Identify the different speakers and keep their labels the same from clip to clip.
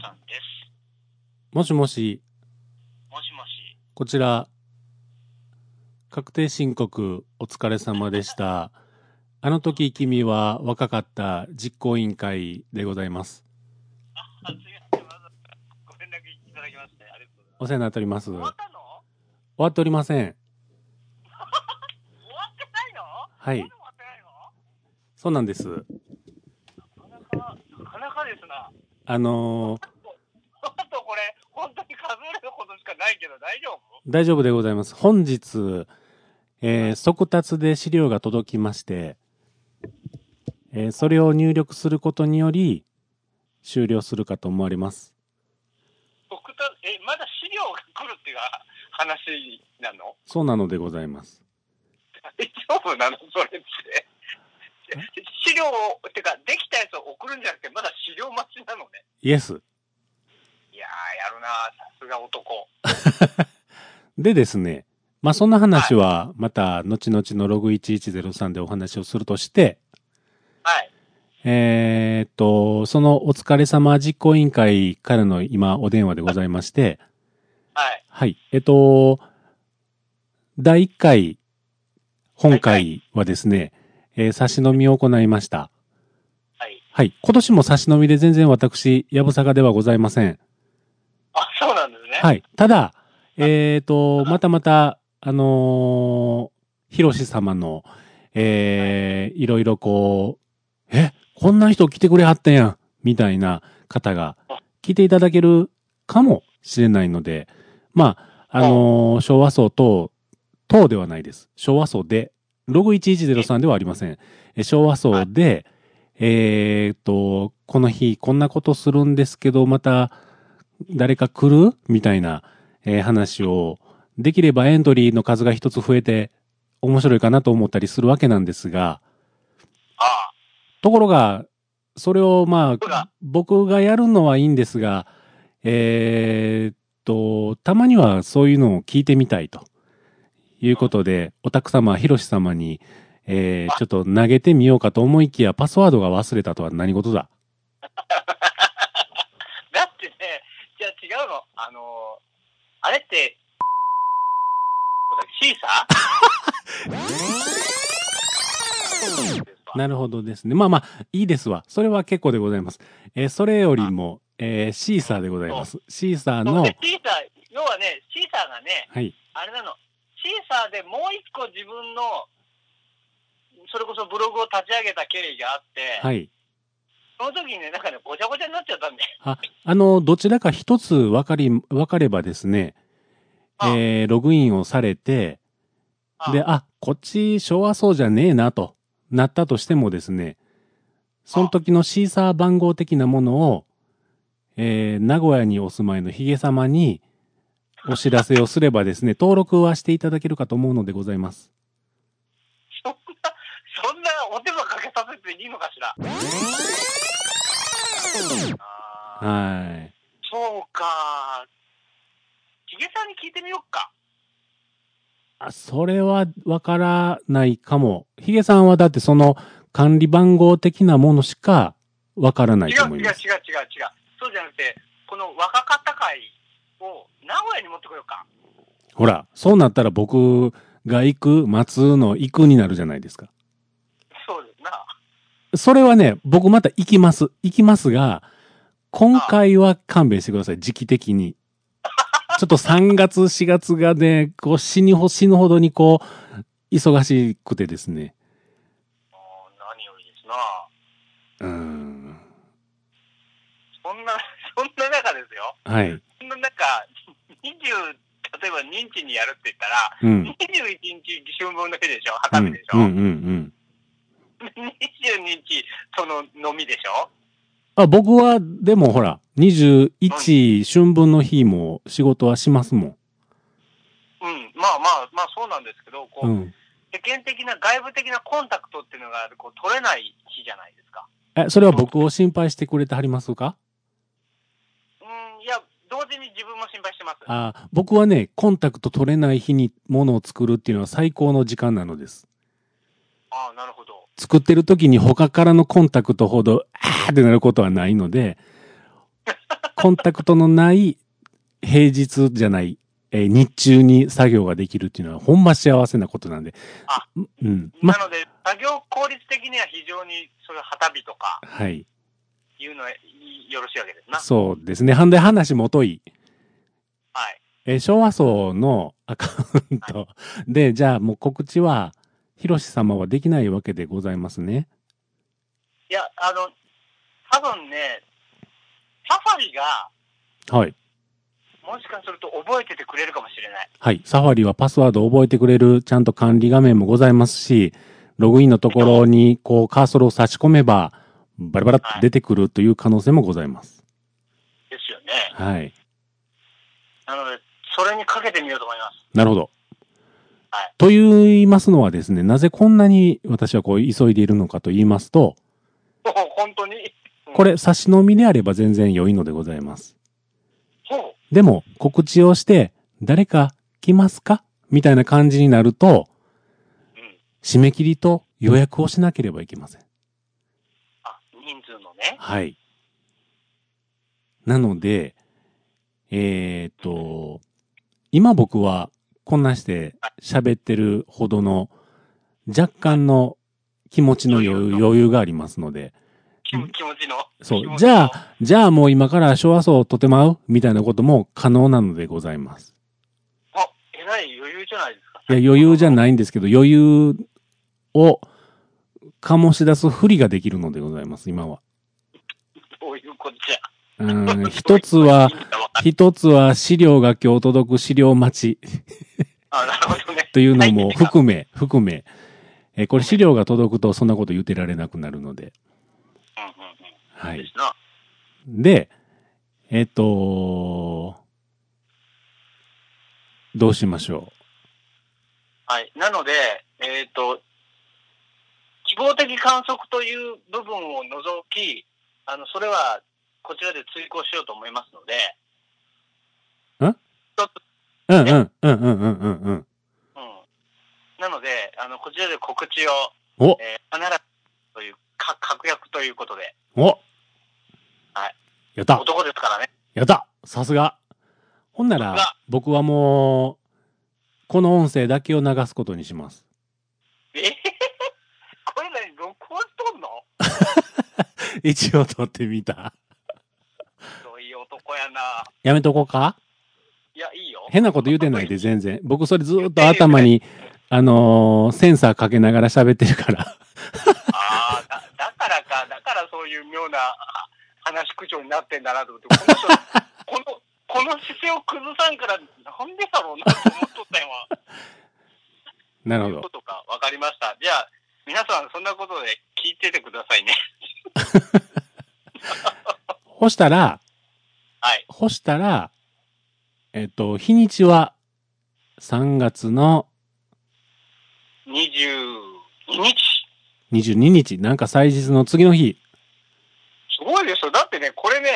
Speaker 1: さんです。
Speaker 2: もしもし、
Speaker 1: もしもし。
Speaker 2: こちら、確定申告お疲れ様でした。あの時君は若かった実行委員会でございます。
Speaker 1: あ、すいません。わざわざご連絡いただきまして、ありがとうご
Speaker 2: お
Speaker 1: ざいます。
Speaker 2: 世話になっております。
Speaker 1: 終
Speaker 2: 終
Speaker 1: わったの
Speaker 2: わっておりません。
Speaker 1: 終わってないの
Speaker 2: は
Speaker 1: ま
Speaker 2: い
Speaker 1: だ、終わってないの
Speaker 2: そうなんです。
Speaker 1: なかなか、なかなかですな。
Speaker 2: あのー
Speaker 1: あとこれ、本当に数えることしかないけど、大丈夫
Speaker 2: 大丈夫でございます。本日、えー速達で資料が届きまして、えーそれを入力することにより、終了するかと思われます。
Speaker 1: 僕た、え、まだ資料が来るっていう話なの
Speaker 2: そうなのでございます。
Speaker 1: 大丈夫なのそれって。資料を、てか、できたやつを送るんじゃなくて、まだ資料待ちなのね。
Speaker 2: イエス。
Speaker 1: いやー、やるなーさすが男。
Speaker 2: でですね、まあ、そんな話は、また、後々のログ1103でお話をするとして、
Speaker 1: はい。
Speaker 2: えーっと、そのお疲れ様実行委員会からの今、お電話でございまして、
Speaker 1: はい。
Speaker 2: はい、えっと、第1回、本会はですね、えー差し飲みを行いました。
Speaker 1: はい。
Speaker 2: はい、今年も差し飲みで全然私、やぶさかではございません。
Speaker 1: あ、そうなんですね。
Speaker 2: はい。ただ、えっ、と、またまた、あのー、ヒロシ様の、えーいろいろこう、え、こんな人来てくれはったやん、みたいな方が来ていただけるかもしれないので、まあ、あのー昭和層と、等ではないです。昭和層で、ログ1103ではありません。え昭和層で、えーっと、この日こんなことするんですけど、また誰か来るみたいな、えー話を、できればエントリーの数が一つ増えて面白いかなと思ったりするわけなんですが、
Speaker 1: あ
Speaker 2: ところが、それをま
Speaker 1: 僕
Speaker 2: あ
Speaker 1: が、
Speaker 2: 僕がやるのはいいんですが、えーっと、たまにはそういうのを聞いてみたいということで、おたく様、ひろし様に、えーちょっと投げてみようかと思いきや、パスワードが忘れたとは何事だ
Speaker 1: あ。だってね、じゃあ違うの。あのーあれって、シーサーですわ
Speaker 2: なるほどですね。まあまあ、いいですわ。それは結構でございます。えーそれよりも、えーシーサーでございます。シーサー
Speaker 1: そう
Speaker 2: の、
Speaker 1: でシーサー、要はね、シーサーがね、
Speaker 2: はい。
Speaker 1: あれなの。シーサーでもう一個自分の、それこそブログを立ち上げた経緯があって、
Speaker 2: はい。
Speaker 1: その時にね、なんかね、ごちゃごちゃになっちゃったんで。
Speaker 2: あ、あの、どちらか一つ分かり、分かればですね、
Speaker 1: あ
Speaker 2: えーログインをされて、
Speaker 1: あ
Speaker 2: で、あ、こっち昭和そうじゃねえなとなったとしてもですね、その時のシーサー番号的なものを、えー名古屋にお住まいのヒゲ様にお知らせをすれば ですね、登録はしていただけるかと思うのでございます。
Speaker 1: そんな、そんなお手間かけさせていいのかしら。あー
Speaker 2: はい。
Speaker 1: そうか。ヒゲさんに聞いてみよっか。
Speaker 2: あ、それはわからないかも。ヒゲさんはだってその管理番号的なものしかわからない
Speaker 1: 違
Speaker 2: と
Speaker 1: う
Speaker 2: 思
Speaker 1: 違う違う違う
Speaker 2: い
Speaker 1: 違う
Speaker 2: ます。。
Speaker 1: そうじゃなくて、この若方会を名古屋に持ってこようか。
Speaker 2: ほら、そうなったら僕が行く、待つの行くになるじゃないですか。
Speaker 1: そうですな。
Speaker 2: それはね、僕また行きます。行きますが、今回は勘弁してください、時期的に。ちょっと3月、4月がね、こう死にほ、死ぬほどにこう、忙しくてですね。
Speaker 1: あー何よりですな。
Speaker 2: うーん。
Speaker 1: そんな、 そんな中ですよ。
Speaker 2: はい。
Speaker 1: そんな中、20、例えば認知にやるって言ったら、
Speaker 2: うん。
Speaker 1: 21日春分の日でしょ
Speaker 2: う
Speaker 1: 旗見
Speaker 2: ん
Speaker 1: でし
Speaker 2: うんう
Speaker 1: ょ、
Speaker 2: んうん。
Speaker 1: 22日その飲みでしょ
Speaker 2: あ、僕は、でもほら、21、春分の日も仕事はしますも
Speaker 1: うん、まあまあ、まあそうなんですけど、こ
Speaker 2: ん。う
Speaker 1: う、
Speaker 2: ん。
Speaker 1: 世間的な外部的なコンタクトっていうのがこう取れない日じゃないですか。
Speaker 2: え、それは僕を心配してくれてはりますか
Speaker 1: うん、いや、同時に自分も心配してます。
Speaker 2: あ僕はね、コンタクト取れない日にものを作るっていうのは最高の時間なのです。
Speaker 1: ああ、なるほど。
Speaker 2: 作って る時に他からのコンタクトほど、あーってなることはないので、コンタクトのない平日じゃない、えー日中に作業ができるっていうのは、ほんま幸せなことなんで。
Speaker 1: あ
Speaker 2: うん。ま
Speaker 1: な、ので、作業効率的には非常に、そういう旗日とか
Speaker 2: はい。
Speaker 1: いうのはよろしいわけですな。
Speaker 2: そうですね。ほんで話もとい。
Speaker 1: はい。
Speaker 2: えー昭和層のアカウントで、じゃあもう告知は、ひろし様はできないわけでございますね。
Speaker 1: いや、あの、多分ね、サファリが、
Speaker 2: はい。
Speaker 1: もしかすると覚えててくれるかもしれない。
Speaker 2: はい。サファリはパスワードを覚えてくれる、ちゃんと管理画面もございますし、ログインのところに、こう、カーソルを差し込めば、バラバラって出てくるという可能性もございます。
Speaker 1: ですよね。
Speaker 2: はい。
Speaker 1: なので、それにかけてみようと思います。
Speaker 2: なるほど
Speaker 1: はい。
Speaker 2: と言いますのはですね、なぜこんなに私はこう、急いでいるのかと言いますと、
Speaker 1: もう 本当に。
Speaker 2: これ、差し飲みであれば全然良いのでございます。
Speaker 1: ほ
Speaker 2: でも、告知をして、誰か来ますかみたいな感じになると、
Speaker 1: う。うん。
Speaker 2: 締め切りと予約をしなければいけません。
Speaker 1: あ、人数のね。
Speaker 2: はい。なので、えーっと、今僕はこんなして喋ってるほどの若干の気持ちの余裕余裕がありますので、
Speaker 1: 気持気持ちの。
Speaker 2: そう
Speaker 1: 気持ちの
Speaker 2: じゃあ、じゃあもう今から昭和層をとてまうみたいなことも可能なのでございます。
Speaker 1: あ、えらい余裕じゃないですか。
Speaker 2: いや、余裕じゃ
Speaker 1: い。
Speaker 2: ないんですけど、余裕を醸し出すふりができるのでございます、今は。
Speaker 1: どういうことじゃ。
Speaker 2: う ん、一つは、一つは資料が今日届く資料待ち
Speaker 1: あ、なるほどね。
Speaker 2: というのも
Speaker 1: 入ってきた
Speaker 2: 含め、含め、えーこれ資料が届くとそんなこと言ってられなくなるので。
Speaker 1: うんうん
Speaker 2: は
Speaker 1: うん。で
Speaker 2: い。
Speaker 1: すな。
Speaker 2: で、えっ、とどうしましょ
Speaker 1: はい。なので、えっ、と、希望的観測という部分を除き、あの、それはこちらで追行しようと思いますので、
Speaker 2: ん
Speaker 1: 一つ
Speaker 2: う。うんうん、うんうんうんうんうん。
Speaker 1: うん。なので、あの、こちらで告知を、
Speaker 2: お
Speaker 1: えー、必ずという、か、確約ということで、
Speaker 2: お
Speaker 1: はい
Speaker 2: やった
Speaker 1: 男ですからね。
Speaker 2: やったさすがほんな
Speaker 1: さす
Speaker 2: ら
Speaker 1: が、
Speaker 2: 僕はもう、この音声だけを流すことにします。
Speaker 1: えへへへこれ何録音しとんの
Speaker 2: 一応撮ってみた。
Speaker 1: どいい男やな。
Speaker 2: やめとこうか
Speaker 1: いや、いいよ。
Speaker 2: 変なこと言うてないで、全然。僕、それずーっと頭に、あのーセンサーかけながら喋ってるから。
Speaker 1: ああ、だだからか、だからそういう妙なあ話し口調になってんだなと思って、この 人、この、この姿勢を崩さんから、なんでだろうなと思っとったんやわ。
Speaker 2: なる
Speaker 1: と
Speaker 2: ほ
Speaker 1: いうこ
Speaker 2: ど。
Speaker 1: とか、わかりました。じゃあ、皆さんそんなことで聞いててくださいね。
Speaker 2: 干したら、
Speaker 1: はい。
Speaker 2: 干したら、えっと、日にちは、3月の
Speaker 1: 22日。
Speaker 2: 22日、なんか祭日の次の日。
Speaker 1: すごいですよ。だってね、これね、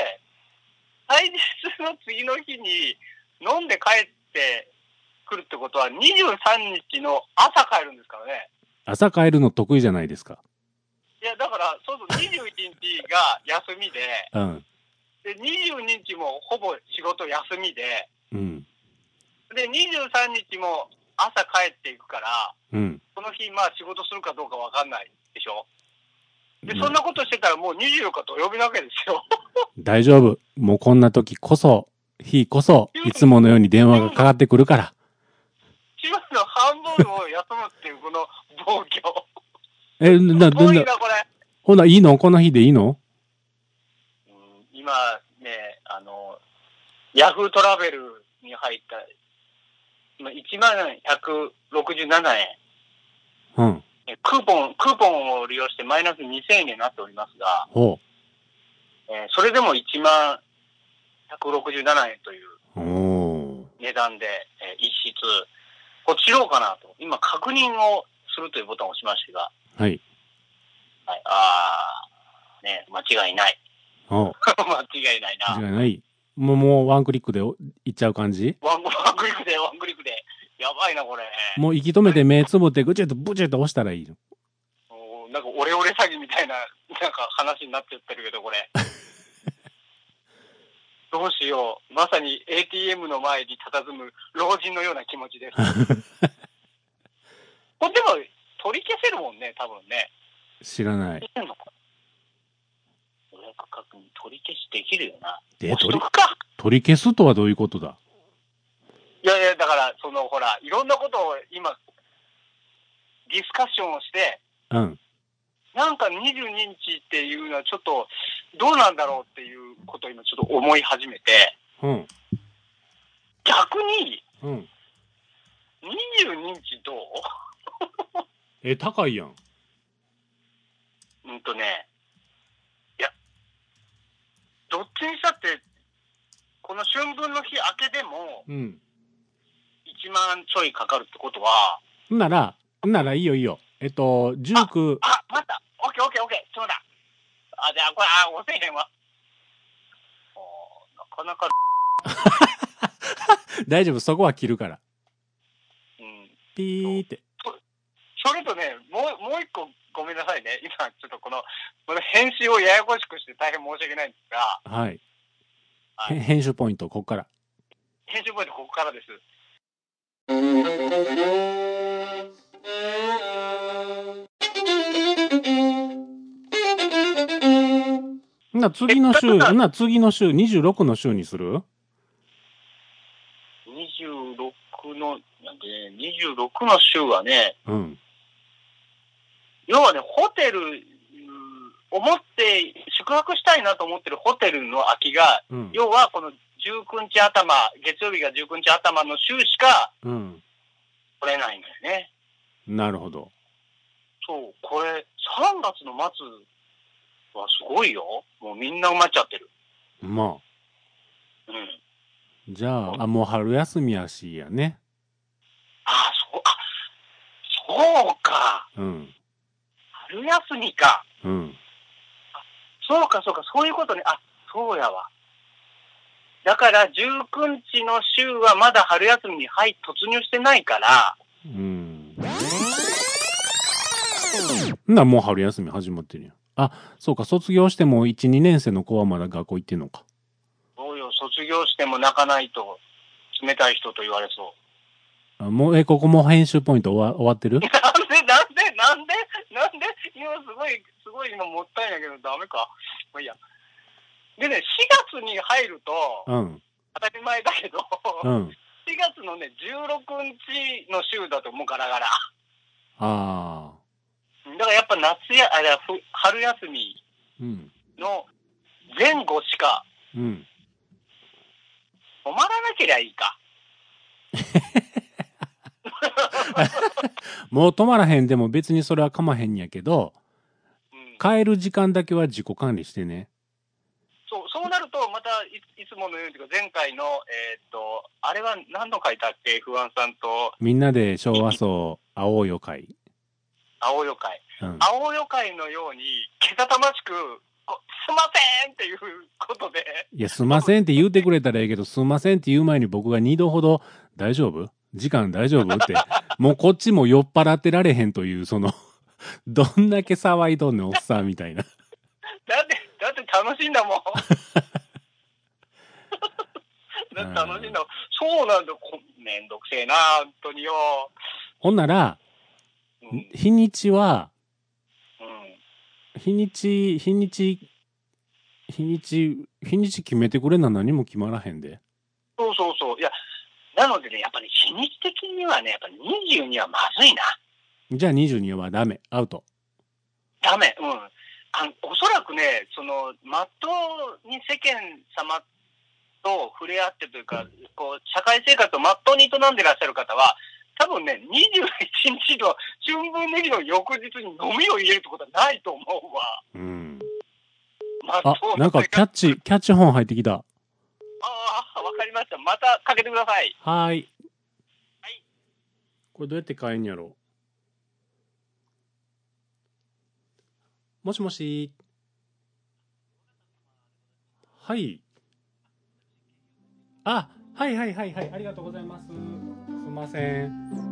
Speaker 1: 祭日の次の日に飲んで帰ってくるってことは、23日の朝帰るんですからね。
Speaker 2: 朝帰るの得意じゃないですか。
Speaker 1: いや、だから、そうそう、21日が休みで、
Speaker 2: うん。
Speaker 1: で、22日もほぼ仕事休みで、
Speaker 2: うん。
Speaker 1: で、23日も朝帰っていくから、
Speaker 2: うん。
Speaker 1: その日、まあ仕事するかどうかわかんないでしょ。で、
Speaker 2: うん
Speaker 1: そんなことしてたらもう24日土曜日なわけですよ。
Speaker 2: 大丈夫。もうこんな時こそ、日こそ、いつものように電話がかかってくるから。
Speaker 1: 週の半分を休むっていうこの暴挙。
Speaker 2: え、な、
Speaker 1: すご
Speaker 2: ないな、
Speaker 1: な、これ。
Speaker 2: ほな、いいのこの日でいいの
Speaker 1: うん今ね、あの、ヤフートラベルに入った、今1万167円。
Speaker 2: うん。
Speaker 1: えクーポン、クーポンを利用してマイナス2000円になっておりますが、
Speaker 2: ほ
Speaker 1: えーそれでも1万167円という
Speaker 2: う。お
Speaker 1: 値段で、えー一室、こちらうかなと。今、確認をするというボタンを押しましたが、
Speaker 2: ー。はい。
Speaker 1: はい、あー、ね、間違いない。
Speaker 2: おう。
Speaker 1: 間違いないな。
Speaker 2: 間違いない。もう、もうワンクリックでおいっちゃう感じ
Speaker 1: ワンワンクリックで、ワンクリックで。やばいな、これ。
Speaker 2: もう息止めて目つぶってぐちゅっとブチュっと押したらいいの。
Speaker 1: おーなんか、オレオレ 詐欺みたいな、なんか話になっちゃってるけど、これ。どうしよう。まさに ATM の前に佇む老人のような気持ち です。これでも、取り消せるもんね、多分ね。
Speaker 2: 知らない。
Speaker 1: できるのか予約確認取り消しできるよな。
Speaker 2: で、
Speaker 1: 取
Speaker 2: 取
Speaker 1: り
Speaker 2: り、
Speaker 1: か。
Speaker 2: 取り消すとはどういうことだ
Speaker 1: いやいや、だから、その、ほら、いろんなことを今、ディスカッションをして、
Speaker 2: うん。
Speaker 1: なんか22日っていうのはちょっと、どうなんだろうっていうことを今ちょっと思い始めて、
Speaker 2: うん。
Speaker 1: 逆に、
Speaker 2: うん。
Speaker 1: 22日どう
Speaker 2: え、高いやん。
Speaker 1: うんとね、いや、どっちにしたって、この春分の日明けでも
Speaker 2: うん。
Speaker 1: 1万ちょいかかるってことは、
Speaker 2: んなら、んならいいよいいよ。えっと、19、
Speaker 1: あ、待ったオッケーオッケーオッケーそうだあ、じゃあこれ、あ、押せへんわ。おーなかなか、
Speaker 2: 大丈夫、そこは切るから。
Speaker 1: うん。
Speaker 2: ピーって。
Speaker 1: それとね、もう、もう一個ごめんなさいね。今、ちょっとこの、この編集をややこしくして大変申し訳ないんですが、
Speaker 2: はい。
Speaker 1: は
Speaker 2: へ
Speaker 1: い
Speaker 2: 編集ポイント、こっから。
Speaker 1: 編集ポイントここからです。
Speaker 2: んな次の
Speaker 1: え
Speaker 2: 週、
Speaker 1: だから
Speaker 2: んな次の週、26の週にする
Speaker 1: 26の、なんでね、26の週はね、
Speaker 2: うん。
Speaker 1: 要はね、ホテル、うん思って、宿泊したいなと思ってるホテルの空きが、
Speaker 2: うん。
Speaker 1: 要はこの19日頭、月曜日が19日頭の週しか
Speaker 2: うん。
Speaker 1: 取れないんだよね。
Speaker 2: なるほど。
Speaker 1: そう、これ、3月の末はすごいよ。もうみんな埋まっちゃってる。
Speaker 2: まあ。
Speaker 1: うん。
Speaker 2: じゃあ、あ、もう春休みやしやね。
Speaker 1: ああ、そう、あ、そうか。
Speaker 2: うん。
Speaker 1: 春休みか。
Speaker 2: うん。
Speaker 1: そうか、そうか、そういうことね。あ、そうやわ。だから、19日の週はまだ春休みに入突入してないから、
Speaker 2: うん。んな、もう春休み始まってるやん。あ、そうか、卒業しても1、2年生の子はまだ学校行ってんのか。
Speaker 1: どうよ、卒業しても泣かないと、冷たい人と言われそう。
Speaker 2: あもう、え、ここもう編集ポイント終わ終わってる
Speaker 1: なんで、なんで、なんで、なんで、今すごい、すごい今もったいないけど、ダメか。まあいいや。でね、4月に入ると、
Speaker 2: うん。
Speaker 1: 当たり前だけど、
Speaker 2: う
Speaker 1: 4
Speaker 2: ん。
Speaker 1: 月のね、16日の週だともうガラガラ。
Speaker 2: ああ。
Speaker 1: だからやっぱ夏や、あいやふ春休み
Speaker 2: うん。
Speaker 1: の前後しか
Speaker 2: うん。
Speaker 1: 止まらなけりゃいいか。
Speaker 2: もう止まらへんでも別にそれはかまへんやけど、
Speaker 1: うん、
Speaker 2: 帰る時間だけは自己管理してね。
Speaker 1: そう、そうなると、またいいつものようにというか、前回の、えーっと、あれは何の回だっけ ?F1 さんと
Speaker 2: みんなで昭和層、会おうよ会。
Speaker 1: 青よ会。
Speaker 2: うん。
Speaker 1: 青よ会のように、けたたましく、こすいませんっていうことで、
Speaker 2: いや、すんませんって言うてくれたらええけど、すんませんって言う前に僕が2度ほど、大丈夫時間大丈夫って、もうこっちも酔っ払ってられへんという、その、 どんだけ騒いどんねんおっさんみたいな。
Speaker 1: だって、だって楽しいんだもん。 だって楽しいんだもん。そうなんだ。こめんどくせえな、本当によ。
Speaker 2: ほんなら、
Speaker 1: うん。
Speaker 2: 日にちは、
Speaker 1: うん
Speaker 2: 日にち、日にち、日にち、日にち決めてくれな何も決まらへんで。
Speaker 1: そうそうそう。いや、なのでね、やっぱり、日にち的にはね、やっぱ22はまずいな。
Speaker 2: じゃあ22はダメ、アウト。
Speaker 1: ダメ。うん。あのおそらくね、その、まっとうに世間様と触れ合ってというか、こう、社会生活をまっとうに営んでらっしゃる方は、多分ね、21日の春分の日の翌日に飲みを入れるってことはないと思うわ。
Speaker 2: うん。
Speaker 1: まっ
Speaker 2: あ
Speaker 1: とう、
Speaker 2: なんかキャッチ、キャッチ本入ってきた。
Speaker 1: ああ、わかりました。またかけてください。
Speaker 2: はーい。
Speaker 1: はい
Speaker 2: これどうやって買えんやろもしもし。はい。あ、はいはいはいはい。ありがとうございます。すいません。